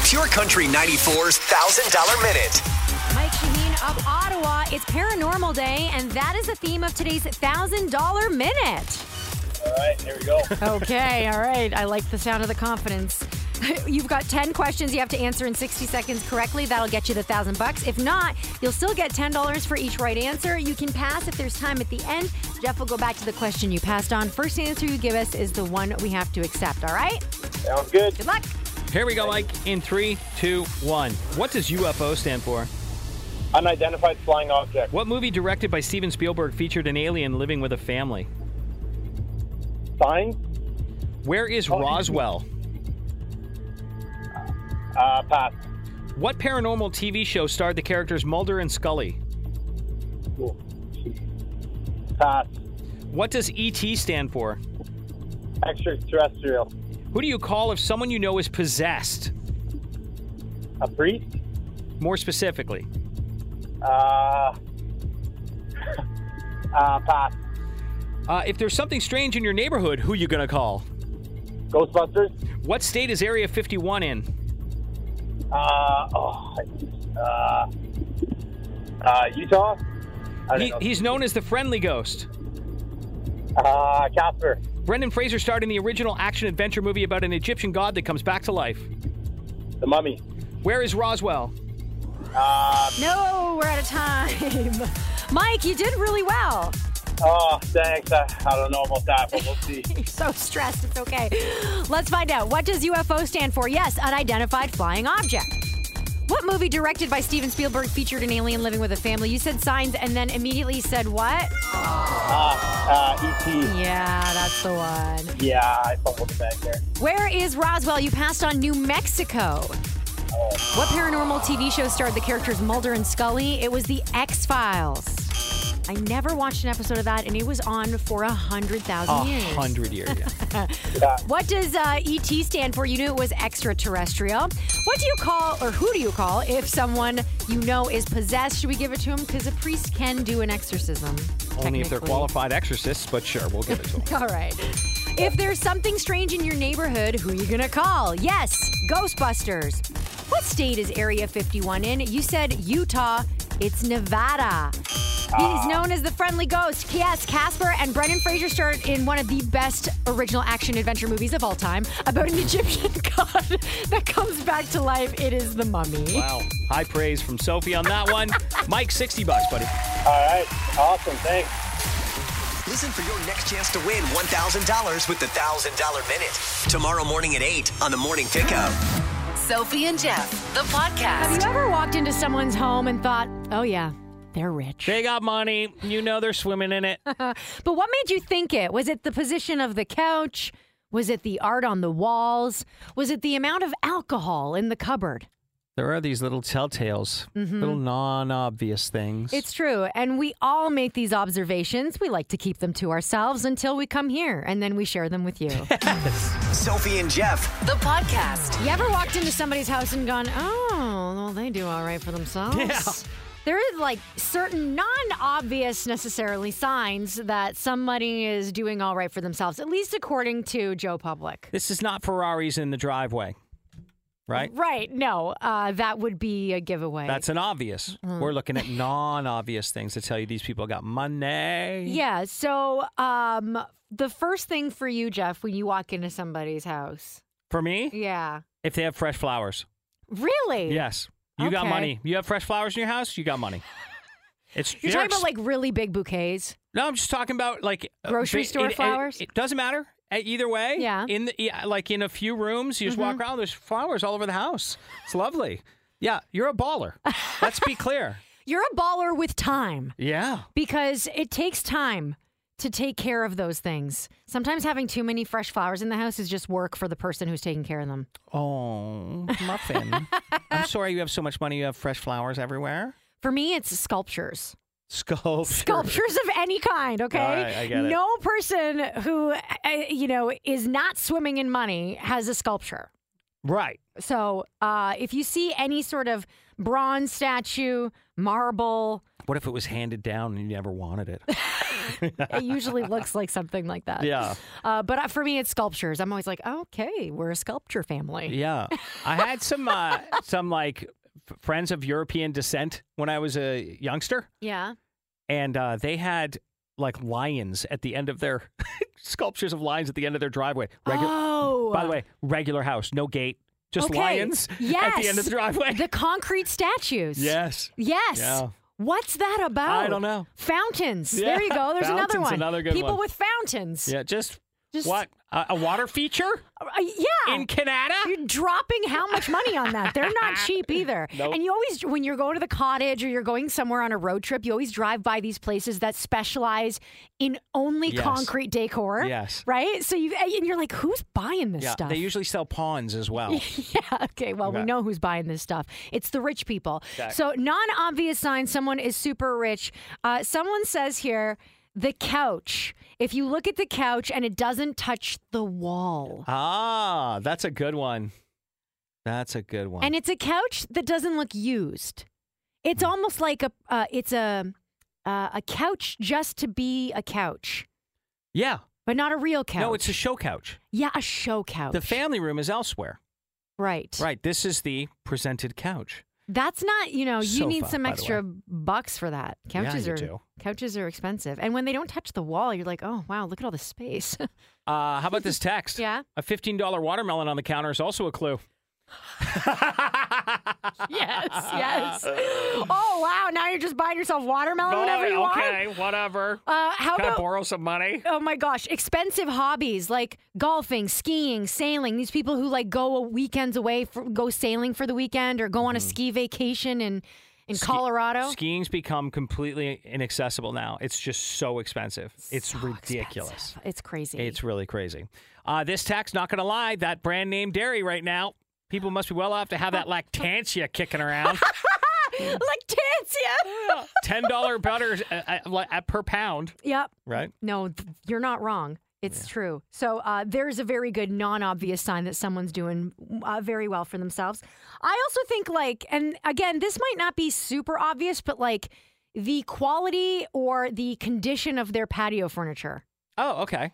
A: Pure Country 94's $1,000 Minute.
D: Mike Shaheen of Ottawa. It's Paranormal Day, and that is the theme of today's $1,000 minute.
F: All right, here we go.
D: (laughs) Okay, all right. I like the sound of the confidence. (laughs) You've got 10 questions you have to answer in 60 seconds correctly. That'll get you the 1000 bucks. If not, you'll still get $10 for each right answer. You can pass if there's time at the end. Jeff will go back to the question you passed on. First answer you give us is the one we have to accept, all right?
F: Sounds good.
D: Good luck.
C: Here we go, Mike. In three, two, one. What does UFO stand for?
F: Unidentified flying object.
C: What movie directed by Steven Spielberg featured an alien living with a family?
F: Sign?
C: Where is Roswell?
F: Uh, pass.
C: What paranormal TV show starred the characters Mulder and Scully?
F: Cool. Pass.
C: What does ET stand for?
F: Extraterrestrial.
C: Who do you call if someone you know is possessed?
F: A priest?
C: More specifically,
F: Uh, (laughs) uh, pass.
C: uh, if there's something strange in your neighborhood, who you gonna call?
F: Ghostbusters?
C: What state is Area 51 in?
F: Uh, oh, uh, uh, Utah? I don't
C: He,
F: know.
C: he's known as the Friendly Ghost.
F: Uh, Casper.
C: Brendan Fraser starred in the original action adventure movie about an Egyptian god that comes back to life.
F: The Mummy.
C: Where is Roswell?
F: Uh,
D: No, we're out of time. (laughs) Mike, you did really well.
F: oh, thanks. I, I don't know about that, but we'll see.
D: You're (laughs) so stressed. It's okay. Let's find out. What does UFO stand for? Yes, unidentified flying object. What movie directed by Steven Spielberg featured an alien living with a family? You said signs and then immediately said what?
F: Uh, E.T.
D: Yeah, that's the one.
F: Yeah, I fumbled the bag there.
D: Where is Roswell? You passed on New Mexico. What paranormal TV show starred the characters Mulder and Scully? It was The X Files. I never watched an episode of that, and it was on for a hundred thousand years.
C: hundred years. yeah.
D: What does uh, ET stand for? You knew it was extraterrestrial. What do you call, or who do you call, if someone you know is possessed? Should we give it to him? Because a priest can do an exorcism.
C: Only if they're
D: technically.
C: qualified exorcists, but sure, we'll give it to them.
D: All right. If there's something strange in your neighborhood, who are you going to call? Yes, Ghostbusters. What state is Area 51 in? You said Utah. It's Nevada. He's known as the Friendly Ghost. Yes, Casper and Brendan Fraser starred in one of the best original action adventure movies of all time about an (laughs) Egyptian god that comes back to life. It is the Mummy.
C: Wow. High praise from Sophie on that one. Mike, 60 bucks, buddy.
F: All right. Awesome. Thanks.
A: Listen for your next chance to win $1,000 with the $1,000 Minute. Tomorrow morning at 8 on the Morning Pickup.
B: Sophie and Jeff, the
D: Have
B: podcast.
D: you ever walked into someone's home and thought, "Oh yeah, they're rich"?
C: They got money. You know they're swimming in it.
D: But what made you think it? Was it the position of the couch? Was it the art on the walls? Was it the amount of alcohol in the cupboard?
C: (laughs) There are these little telltales, little non obvious things.
D: Mm-hmm. It's true. And we all make these observations. We like to keep them to ourselves until we come here and then we share them with you.
A: Sophie and Jeff.
B: The podcast.
D: you ever walked into somebody's house and gone, oh, well, they do all right for themselves?
C: Yeah.
D: There are like certain non obvious necessarily signs that somebody is doing all right for themselves, at least according to Joe Public.
C: This is not Ferraris in the driveway, right?
D: Right. No, uh, that would be a giveaway.
C: That's an obvious.
D: Mm-hmm.
C: We're looking at non obvious things to tell you these people got money.
D: yeah. So, um, the first thing for you, Jeff, when you walk into somebody's house,
C: For me,
D: yeah,
C: if they have fresh flowers,
D: really,
C: yes. You got
D: Okay.
C: money. You have fresh flowers in your house, you got
D: (laughs)
C: money. It's
D: You're
C: they're
D: talking about
C: ex-
D: like really big bouquets.
C: No, I'm just talking about like uh,
D: Grocery
C: ba-
D: store
C: it- it-
D: flowers?
C: It, doesn't matter. Uh, Either way,
D: Yeah.
C: In the yeah, Mm-hmm. like in a few rooms, you just walk around. There's flowers all over the house. It's lovely. Yeah, you're a baller. Let's be clear.
D: You're a baller with time
C: (laughs) Yeah,
D: because it takes time to take care of those things. Sometimes having too many fresh flowers in the house is just work for the person who's taking care of them.
C: Oh, muffin. (laughs) I'm sorry you have so much money. You have fresh flowers everywhere.
D: For me, it's sculptures.
C: Sculpture.
D: Sculptures of any kind, okay?
C: right, I get it.
D: No person who, uh, you know, is not swimming in money has a sculpture.
C: Right.
D: So uh, if you see any sort of bronze statue, marble,
C: What if it was handed down and you never wanted (laughs) it?
D: it usually
C: (laughs)
D: looks like something like that.
C: Yeah.
D: Uh, but uh, for me, it's sculptures. I'm always like, okay, we're a sculpture family.
C: Yeah, I had some uh, some like f- friends of European descent when I was a youngster,
D: Yeah.
C: and uh, they had like lions at the end of their (laughs) sculptures of lions at the end of their driveway. Regu-
D: Oh.
C: By the way, regular house, no gate, just
D: Okay.
C: lions at the end of the
D: Yes.
C: driveway. (laughs)
D: The concrete statues.
C: yes.
D: Yes.
C: Yeah.
D: What's that about?
C: I don't know.
D: Fountains.
C: Yeah.
D: There you go. There's another
C: Fountains,
D: one.
C: another good
D: People
C: one.
D: with fountains.
C: Yeah, just,
D: Just-
C: what a, a water feature
D: Uh, yeah.
C: in Canada.
D: you're dropping how much money on that? They're not
C: (laughs)
D: cheap either.
C: Nope.
D: And you always, when you're going to the cottage or you're going somewhere on a road trip, you always drive by these places that specialize in only
C: Yes.
D: concrete decor.
C: Yes.
D: Right? So you, and you're like, who's buying this
C: yeah,
D: stuff?
C: they usually sell pawns as
D: (laughs)
C: well.
D: yeah. Okay. Well, we
C: Okay.
D: know who's buying this stuff. It's the rich people. So, non obvious sign someone is super rich. Uh, someone says here, the couch. If you look at the couch and it doesn't touch the wall,
C: ah, that's a good one. That's a good one.
D: and it's a couch that doesn't look used, it's
C: Hmm.
D: almost like a uh, it's a uh, a couch just to be a couch,
C: yeah.
D: but not a real couch.
C: No, it's a show couch.
D: yeah, a show couch.
C: The family room is elsewhere.
D: right.
C: Right. This is the presented couch.
D: That's not, you know, you need
C: Sofa,
D: some
C: by the
D: extra bucks for that. Couches
C: you
D: are
C: do.
D: couches are expensive. And when they don't touch the wall, you're like, "Oh, wow, look at all the space." (laughs)
C: Uh, how about this text?
D: Yeah.
C: A $15 watermelon on the counter is also a clue.
D: yes,
C: (laughs)
D: yes. Oh, wow, now you're just buying yourself watermelon whenever you want.
C: whatever.
D: Uh, how about
C: borrow some money?
D: Oh my gosh, expensive hobbies like golfing, skiing, sailing. These people who like go weekends away, for, go sailing for the weekend or go on a
C: Mm-hmm.
D: ski vacation in in Colorado.
C: Skiing's become completely inaccessible now. It's just so expensive. It's
D: So
C: ridiculous.
D: expensive. It's crazy. (laughs)
C: It's really crazy. Uh, this tax, not going to lie, that brand name dairy right now, people must be well off to have
D: (laughs)
C: that lactantia kicking around.
D: Lactantia.
C: (laughs) $10 butter uh, uh, uh, per pound,
D: yep.
C: right?
D: No, th- you're not wrong. It's true. So uh, there's a very good non-obvious sign that someone's doing uh, very well for themselves. I also think like, and again, this might not be super obvious, but like the quality or the condition of their patio furniture.
C: Oh, okay.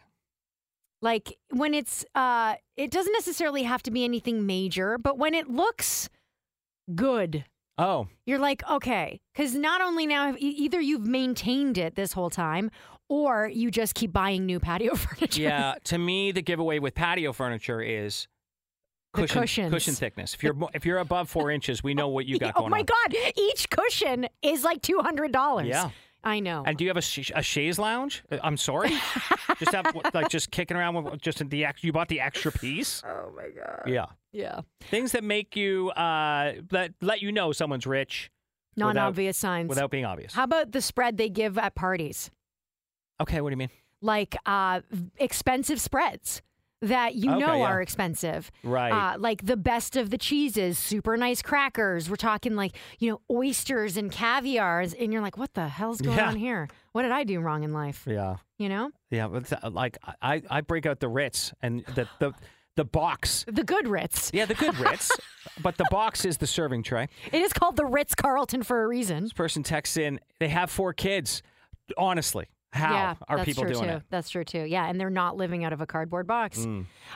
D: Like when it's, uh, it doesn't necessarily have to be anything major, but when it looks good,
C: Oh,
D: you're like, okay, because not only now have e- either you've maintained it this whole time, or you just keep buying new patio (laughs)
C: (laughs)
D: furniture.
C: yeah. to me, the giveaway with patio furniture is
D: The
C: cushion
D: cushions.
C: cushion thickness. If you're mo- if you're above
D: (laughs)
C: four inches, we know what you got
D: oh
C: going
D: my
C: on.
D: god, each cushion is like two hundred dollars.
C: Yeah.
D: I know.
C: And do you have a, sh- a chaise lounge? Uh, I'm sorry, just have like just kicking around with just the ex- you bought the extra
D: (laughs)
C: piece. Oh my god. Yeah,
D: yeah,
C: things that make you uh let let you know someone's rich
D: non-obvious signs.
C: without being obvious.
D: How about the spread they give at parties,
C: okay, what do you mean?
D: like uh, v- expensive spreads? That you
C: Okay,
D: know
C: yeah.
D: are expensive.
C: Right.
D: Uh, like the best of the cheeses, super nice crackers. We're talking like, you know, oysters and caviars. And you're like, what the hell's going
C: Yeah.
D: on here? What did I do wrong in life?
C: Yeah,
D: You know?
C: yeah. But th- like I I break out the Ritz and the the the
D: (laughs)
C: box.
D: The good Ritz.
C: Yeah, the good Ritz, but the box is the serving tray.
D: It is called the Ritz Carlton for a reason.
C: This person texts in, they have four kids. Honestly, how
D: yeah,
C: are
D: that's
C: people
D: true
C: doing
D: too.
C: it? Hmm.
D: That's true too. Yeah, and they're not living out of a cardboard box.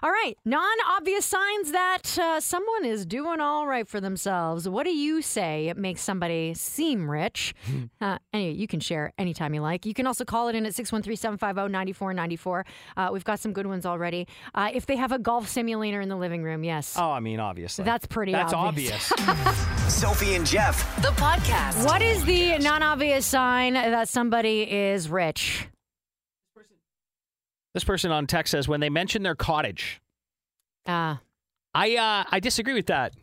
D: All right, non-obvious signs that uh, someone is doing all right for themselves. What do you say it makes somebody seem rich?
C: (laughs)
D: uh, anyway, you can share anytime you like. You can also call it in at oh, 613-750-9494. Uh, we've got some good ones already. Uh, if they have a golf simulator in the living room, yes.
C: Oh, I mean, obviously.
D: That's pretty
C: That's
D: obvious.
C: obvious.
D: (laughs)
A: Sophie and Jeff.
B: The podcast.
D: What is the non-obvious sign that somebody is rich?
C: this person on text says when they mention their cottage,
D: Uh,
C: I uh, I disagree with that.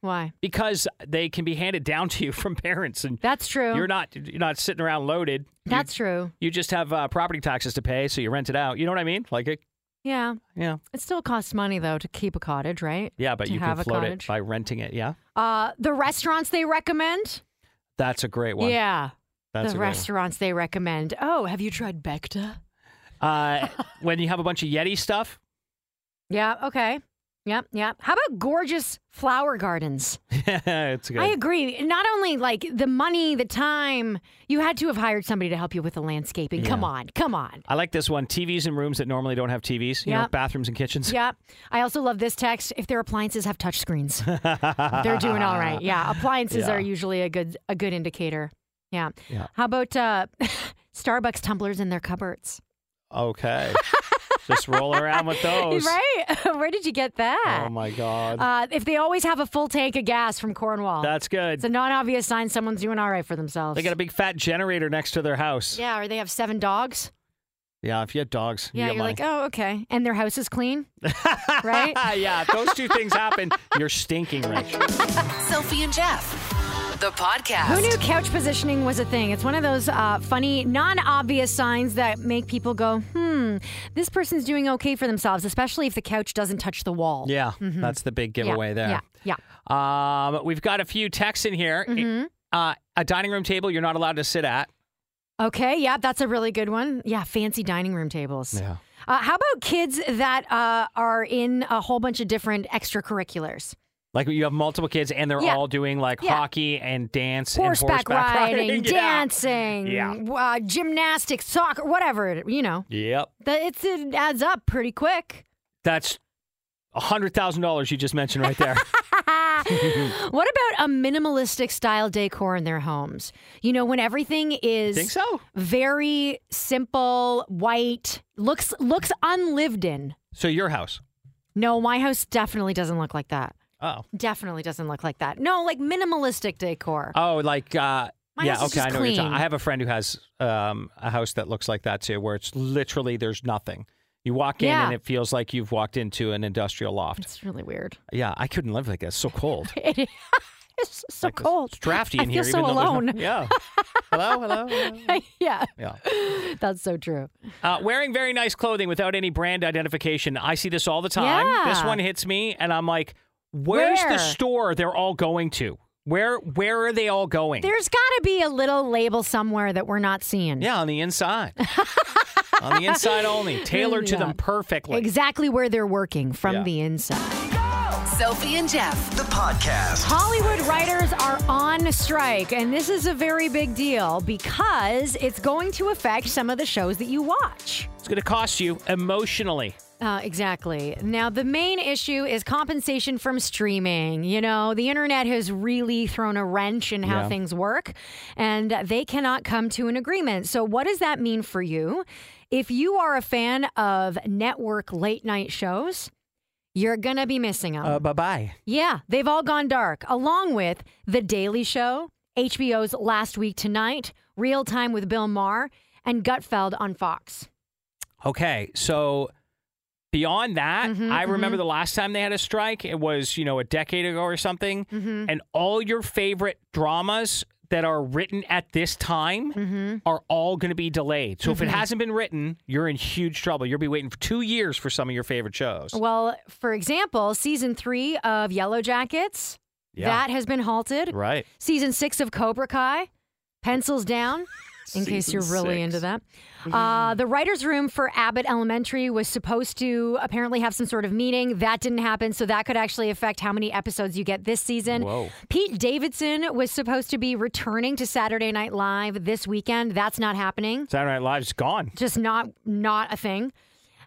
D: Why?
C: because they can be handed down to you (laughs) from parents, and
D: That's true.
C: you're not you're not sitting around loaded. You-
D: That's true.
C: you just have uh, property taxes to pay, so you rent it out. You know what I mean? Like, it,
D: Yeah.
C: yeah,
D: It still costs money though to keep a cottage, right?
C: yeah, but
D: to
C: you
D: have
C: can
D: a
C: float it
D: cottage.
C: by renting it. Yeah,
D: Uh, the restaurants they recommend.
C: that's a great one.
D: Yeah.
C: that's
D: the
C: a great one.
D: restaurants they recommend. Oh, have you tried Becta?
C: Uh, when you have a bunch of Yeti stuff, (laughs)
D: Yeah. Okay. Yep. Yep. How about gorgeous flower gardens?
C: it's good.
D: I agree. Not only like the money, the time, you had to have hired somebody to help you with the landscaping. Come on. Come on.
C: I like this one. TVs in rooms that normally don't have TVs. You know,
D: Yeah.
C: bathrooms and
D: (laughs)
C: kitchens.
D: Yeah. I also love this text. If their appliances have touchscreens, they're doing all right. Yeah. Appliances
C: Yeah.
D: are usually a good a good indicator. Yeah.
C: Yeah.
D: How about uh, (laughs) Starbucks tumblers in their cupboards?
C: (laughs)
D: (laughs)
C: Okay. Just roll around with those.
D: Right? (laughs) Where did you get that?
C: Oh my God.
D: uh, if they always have a full tank of gas from Cornwall,
C: That's good.
D: it's a non-obvious sign someone's doing all right for themselves.
C: They got a big fat generator next to their house.
D: yeah, or they have seven dogs.
C: Yeah, if you have dogs,
D: Yeah,
C: you
D: you're
C: get money.
D: like, oh, okay, and their house is
C: (laughs)
D: clean, right?
C: Ah, yeah, if those two things
D: (laughs)
C: happen, you're stinking rich.
B: Sophie and Jeff, the podcast.
D: Who knew couch positioning was a thing? It's one of those uh, funny, non-obvious signs that make people go, "Hmm, this person's doing okay for themselves," especially if the couch doesn't touch the wall.
C: Yeah, that's the big
D: Mm-hmm. Yeah,
C: giveaway
D: Yeah,
C: there.
D: yeah. Mm-hmm.
C: Um, we've got a few texts in here. Uh, a dining room table you're not allowed to sit at.
D: Okay, yeah, that's a really good one. Yeah, fancy dining room tables.
C: Yeah.
D: Uh, how about kids that uh, are in a whole bunch of different extracurriculars?
C: Like you have multiple kids and they're
D: Yeah.
C: all doing like
D: Yeah.
C: hockey and dance
D: Horseback,
C: and horseback (laughs)
D: riding,
C: riding. Yeah.
D: dancing,
C: Yeah.
D: Uh, gymnastics, soccer, whatever, it- you know.
C: Yep.
D: That it's, it adds up pretty quick.
C: That's $100,000 you just mentioned right
D: (laughs)
C: there.
D: What about a minimalistic style decor in their homes? You know, when everything is
C: Think so?
D: very simple, white, looks looks unlived in.
C: So your house.
D: No, my house definitely doesn't look like that.
C: Oh.
D: Definitely doesn't look like that. No, like minimalistic decor.
C: Oh, like uh
D: My
C: yeah,
D: house is
C: okay,
D: just
C: I know what you're talking.
D: clean.
C: I have a friend who has um, a house that looks like that too, where it's literally there's nothing. You walk in
D: Yeah.
C: and it feels like you've walked into an industrial loft.
D: It's really weird.
C: yeah, I couldn't live like that. It's so
D: (laughs)
C: cold.
D: It is. it's so
C: Like,
D: cold.
C: It's drafty
D: I
C: in
D: feel
C: here.
D: so
C: even though there's no-
D: alone.
C: yeah. hello, hello. hello.
D: (laughs) yeah,
C: Yeah.
D: that's so true.
C: Uh, wearing very nice clothing without any brand identification. I see this all the time. This
D: Yeah.
C: one hits me, and I'm like, "Where's the
D: Where?
C: store they're all going to? Where Where are they all going?"
D: There's got to be a little label somewhere that we're not seeing.
C: yeah, on the
D: (laughs)
C: inside, on the inside only, tailored to
D: Yeah.
C: them perfectly.
D: Exactly where they're working from
C: Yeah.
D: the inside.
B: Sophie and Jeff.
A: The podcast.
D: Hollywood writers are on strike, and this is a very big deal because it's going to affect some of the shows that you watch.
C: It's going to cost you emotionally.
D: Uh, exactly. Now, the main issue is compensation from streaming. You know, the internet has really thrown a wrench in how
C: Yeah.
D: things work, and they cannot come to an agreement. So, what does that mean for you? If you are a fan of network late night shows, you're going to be missing them.
C: bye bye.
D: yeah, they've all gone dark, along with The Daily Show, HBO's Last Week Tonight, Real Time with Bill Maher, and Gutfeld on Fox.
C: Okay, so beyond that,
D: Mm-hmm,
C: I remember the last time they had a strike. It was you know a decade ago or something,
D: Mm-hmm.
C: and all your favorite dramas that are written at this time
D: Mm-hmm.
C: are all going to be delayed. So if it hasn't been written, you're in huge trouble. You'll be waiting for two years for some of your favorite shows.
D: Well, for example, season three of Yellow Jackets,
C: Yeah.
D: that has been halted.
C: right.
D: Season six of Cobra Kai, pencils down, in case you're really into that. Uh, the writer's room for Abbott Elementary was supposed to apparently have some sort of meeting. That didn't happen, so that could actually affect how many episodes you get this season.
C: Whoa.
D: Pete Davidson was supposed to be returning to Saturday Night Live this weekend. That's not happening
C: Saturday Night Live's gone.
D: just not not a thing.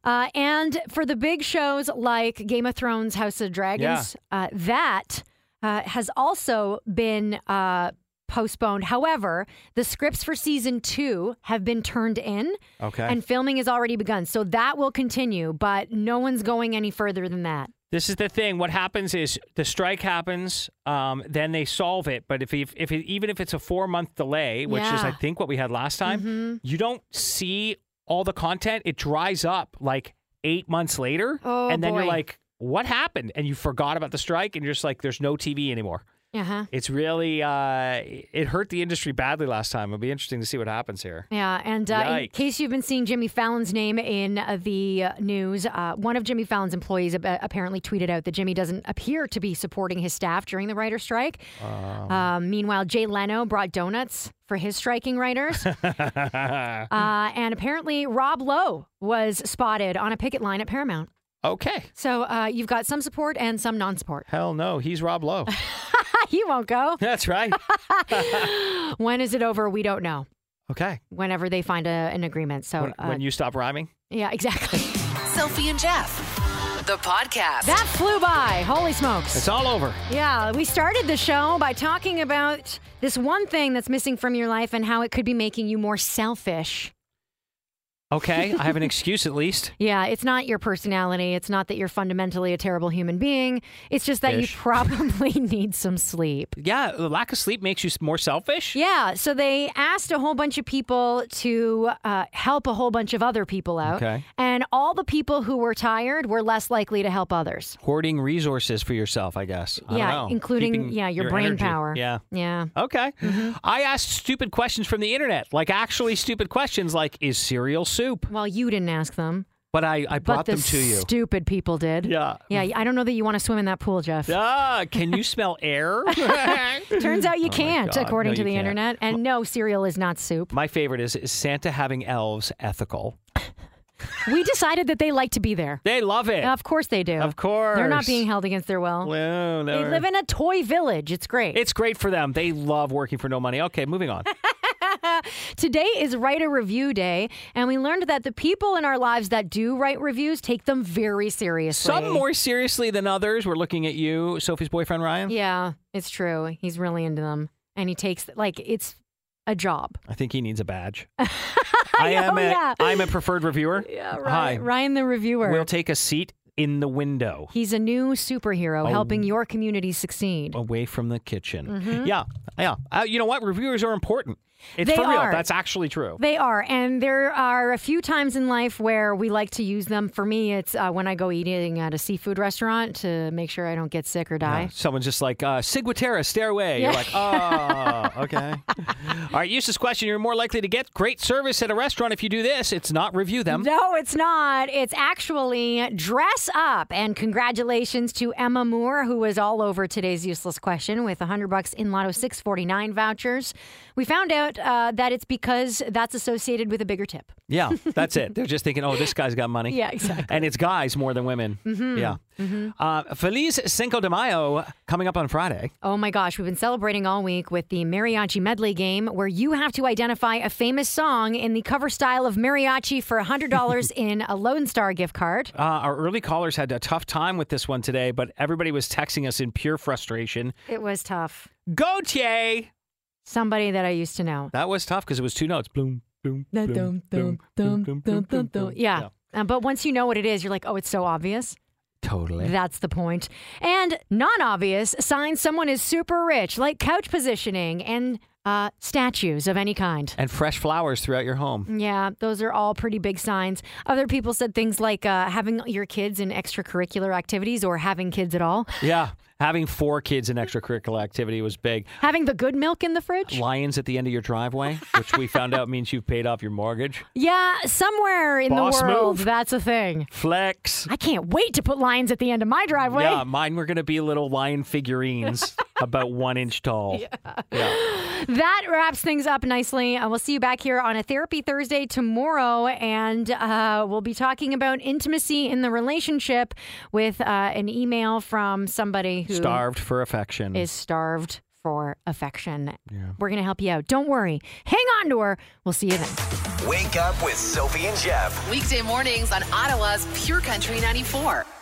D: Uh, and for the big shows like Game of Thrones, House of Dragons, uh, that uh, has also been uh, postponed. However, the scripts for season two have been turned in,
C: Okay.
D: and filming has already begun. So that will continue, but no one's going any further than that.
C: This is the thing. What happens is the strike happens, um, then they solve it. But if if, if it, even if it's a four month delay, which is I
D: Yeah. Mm-hmm.
C: think what we had last time, you don't see all the content. It dries up like eight months later,
D: Oh,
C: and then you're
D: boy.
C: like, what happened? And you forgot about the strike, and you're just like, there's no TV anymore.
D: Uh huh.
C: It's really uh, it hurt the industry badly last time. It'll be interesting to see what happens here.
D: Yeah, and uh, in
C: Yikes.
D: case you've been seeing Jimmy Fallon's name in uh, the uh, news, uh, one of Jimmy Fallon's employees ab- apparently tweeted out that Jimmy doesn't appear to be supporting his staff during the writer strike. Um, meanwhile, Jay Leno brought donuts for his
C: (laughs)
D: striking writers, uh, and apparently Rob Lowe was spotted on a picket line at Paramount.
C: Okay,
D: So uh, you've got some support and some non-support. (laughs)
C: hell no, he's Rob Lowe. (laughs)
D: he won't go.
C: That's right.
D: When is it over? We don't know. (laughs)
C: Okay,
D: Whenever they find a, an agreement. So
C: when,
D: uh,
C: when you stop rhyming,
D: yeah, (laughs) exactly.
B: Sophie and Jeff, the podcast.
D: That flew by. Holy smokes.
C: it's all over.
D: Yeah, we started the show by talking about this one thing that's missing from your life and how it could be making you more selfish.
C: Okay, I have
D: (laughs)
C: an excuse at least.
D: Yeah, it's not your personality. It's not that you're fundamentally a terrible human being. It's just that
C: Ish.
D: you (laughs) probably need some sleep.
C: Yeah, the lack of sleep makes you s- more selfish.
D: Yeah, so they asked a whole bunch of people to uh, help a whole bunch of other people out.
C: Okay.
D: And all the people who were tired were less likely to help others.
C: Hoarding resources for yourself, I guess. I don't
D: yeah,
C: know.
D: including
C: Keeping
D: yeah, your, brain
C: energy.
D: power. Mm-hmm.
C: Yeah.
D: Yeah.
C: Okay. I asked stupid questions from the internet, like actually stupid questions, like is cereal soup?
D: Well, you didn't ask them.
C: But I, I
D: But
C: brought
D: the
C: them to you.
D: stupid people did.
C: Yeah.
D: Yeah, I don't know that you want to swim in that pool, Jeff.
C: ah, can you smell
D: (laughs)
C: air? (laughs)
D: Turns out you can't,
C: Oh God.
D: according
C: No,
D: to
C: you
D: the
C: can't.
D: internet. And no, cereal is not soup.
C: My favorite is is Santa having elves ethical? (laughs)
D: We decided that they like to be there.
C: They love it.
D: Of course they do.
C: Of course.
D: They're not being held against their will.
C: No, no.
D: They live in a toy village. It's great.
C: it's great for them. They love working for no money. Okay, moving on.
D: Today is Write a Review Day, and we learned that the people in our lives that do write reviews take them very seriously.
C: Some more seriously than others. We're looking at you, Sophie's boyfriend Ryan.
D: Yeah, it's true. He's really into them, and he takes like it's a job.
C: I think he needs a
D: (laughs)
C: badge. I am a
D: yeah.
C: am a preferred reviewer.
D: Yeah,
C: Hi.
D: Ryan, Ryan the reviewer.
C: We'll take a seat in the window.
D: He's a new superhero helping your community succeed.
C: Away from the kitchen. Yeah, yeah. Uh, you know what? Reviewers are important. It's
D: Mm-hmm. They
C: for real.
D: are.
C: That's actually true.
D: They are, and there are a few times in life where we like to use them. For me, it's uh, when I go eating at a seafood restaurant to make sure I don't get sick or die.
C: Someone's just like, uh, Ciguatera, stairway. You're like, oh,
D: (laughs)
C: okay. All right, Eustace question. You're more likely to get great service at a restaurant if you do this. It's not review them.
D: No, it's not. It's actually dress up. And congratulations to Emma Moore, who was all over today's useless question with 100 bucks in Lotto 649 vouchers. We found out uh, that it's because that's associated with a bigger tip.
C: Yeah, that's it. They're just thinking, oh, this guy's got money.
D: Yeah, exactly. Mm-hmm.
C: And it's guys more than women. Yeah. Uh, Feliz Cinco de Mayo coming up on Friday.
D: Oh my gosh, we've been celebrating all week with the mariachi medley game where you have to identify a famous song in the cover style of mariachi for $100 in a Lone Star gift card.
C: Uh, our early callers had a tough time with this one today, but everybody was texting us in pure frustration.
D: It was tough.
C: Gautier!
D: Somebody that I used to know.
C: That was tough because it was two notes. Bloom, bloom,
D: Da
C: bloom, bloom,
D: dum, dum,
C: bloom,
D: dum,
C: bloom,
D: dum,
C: bloom,
D: dum,
C: bloom,
D: dum.
C: bloom.
D: Yeah. Uh, but once you know what it is, you're like, oh, it's so obvious.
C: Totally.
D: That's the point. And non obvious signs someone is super rich, like couch positioning and uh, statues of any kind.
C: and fresh flowers throughout your home.
D: Yeah, those are all pretty big signs. Other people said things like uh, having your kids in extracurricular activities or having kids at all,
C: Yeah, having four kids in extracurricular activity was big.
D: having the good milk in the fridge.
C: Lions at the end of your driveway, which we found out means you've paid off your mortgage.
D: Yeah, somewhere in
C: Boss
D: the world,
C: move.
D: that's a thing.
C: Flex.
D: I can't wait to put lines at the end of my driveway.
C: Yeah, mine were going to be little lion figurines about one inch tall.
D: that wraps things up nicely. Uh, we'll see you back here on a Therapy Thursday tomorrow, and uh, we'll be talking about intimacy in the relationship with uh, an email from somebody who
C: Starved for affection.
D: is starved for affection. We're going to help you out. Don't worry. Hang on to her. We'll see you then.
A: Wake up with Sophie and Jeff.
B: Weekday mornings on Ottawa's Pure Country 94.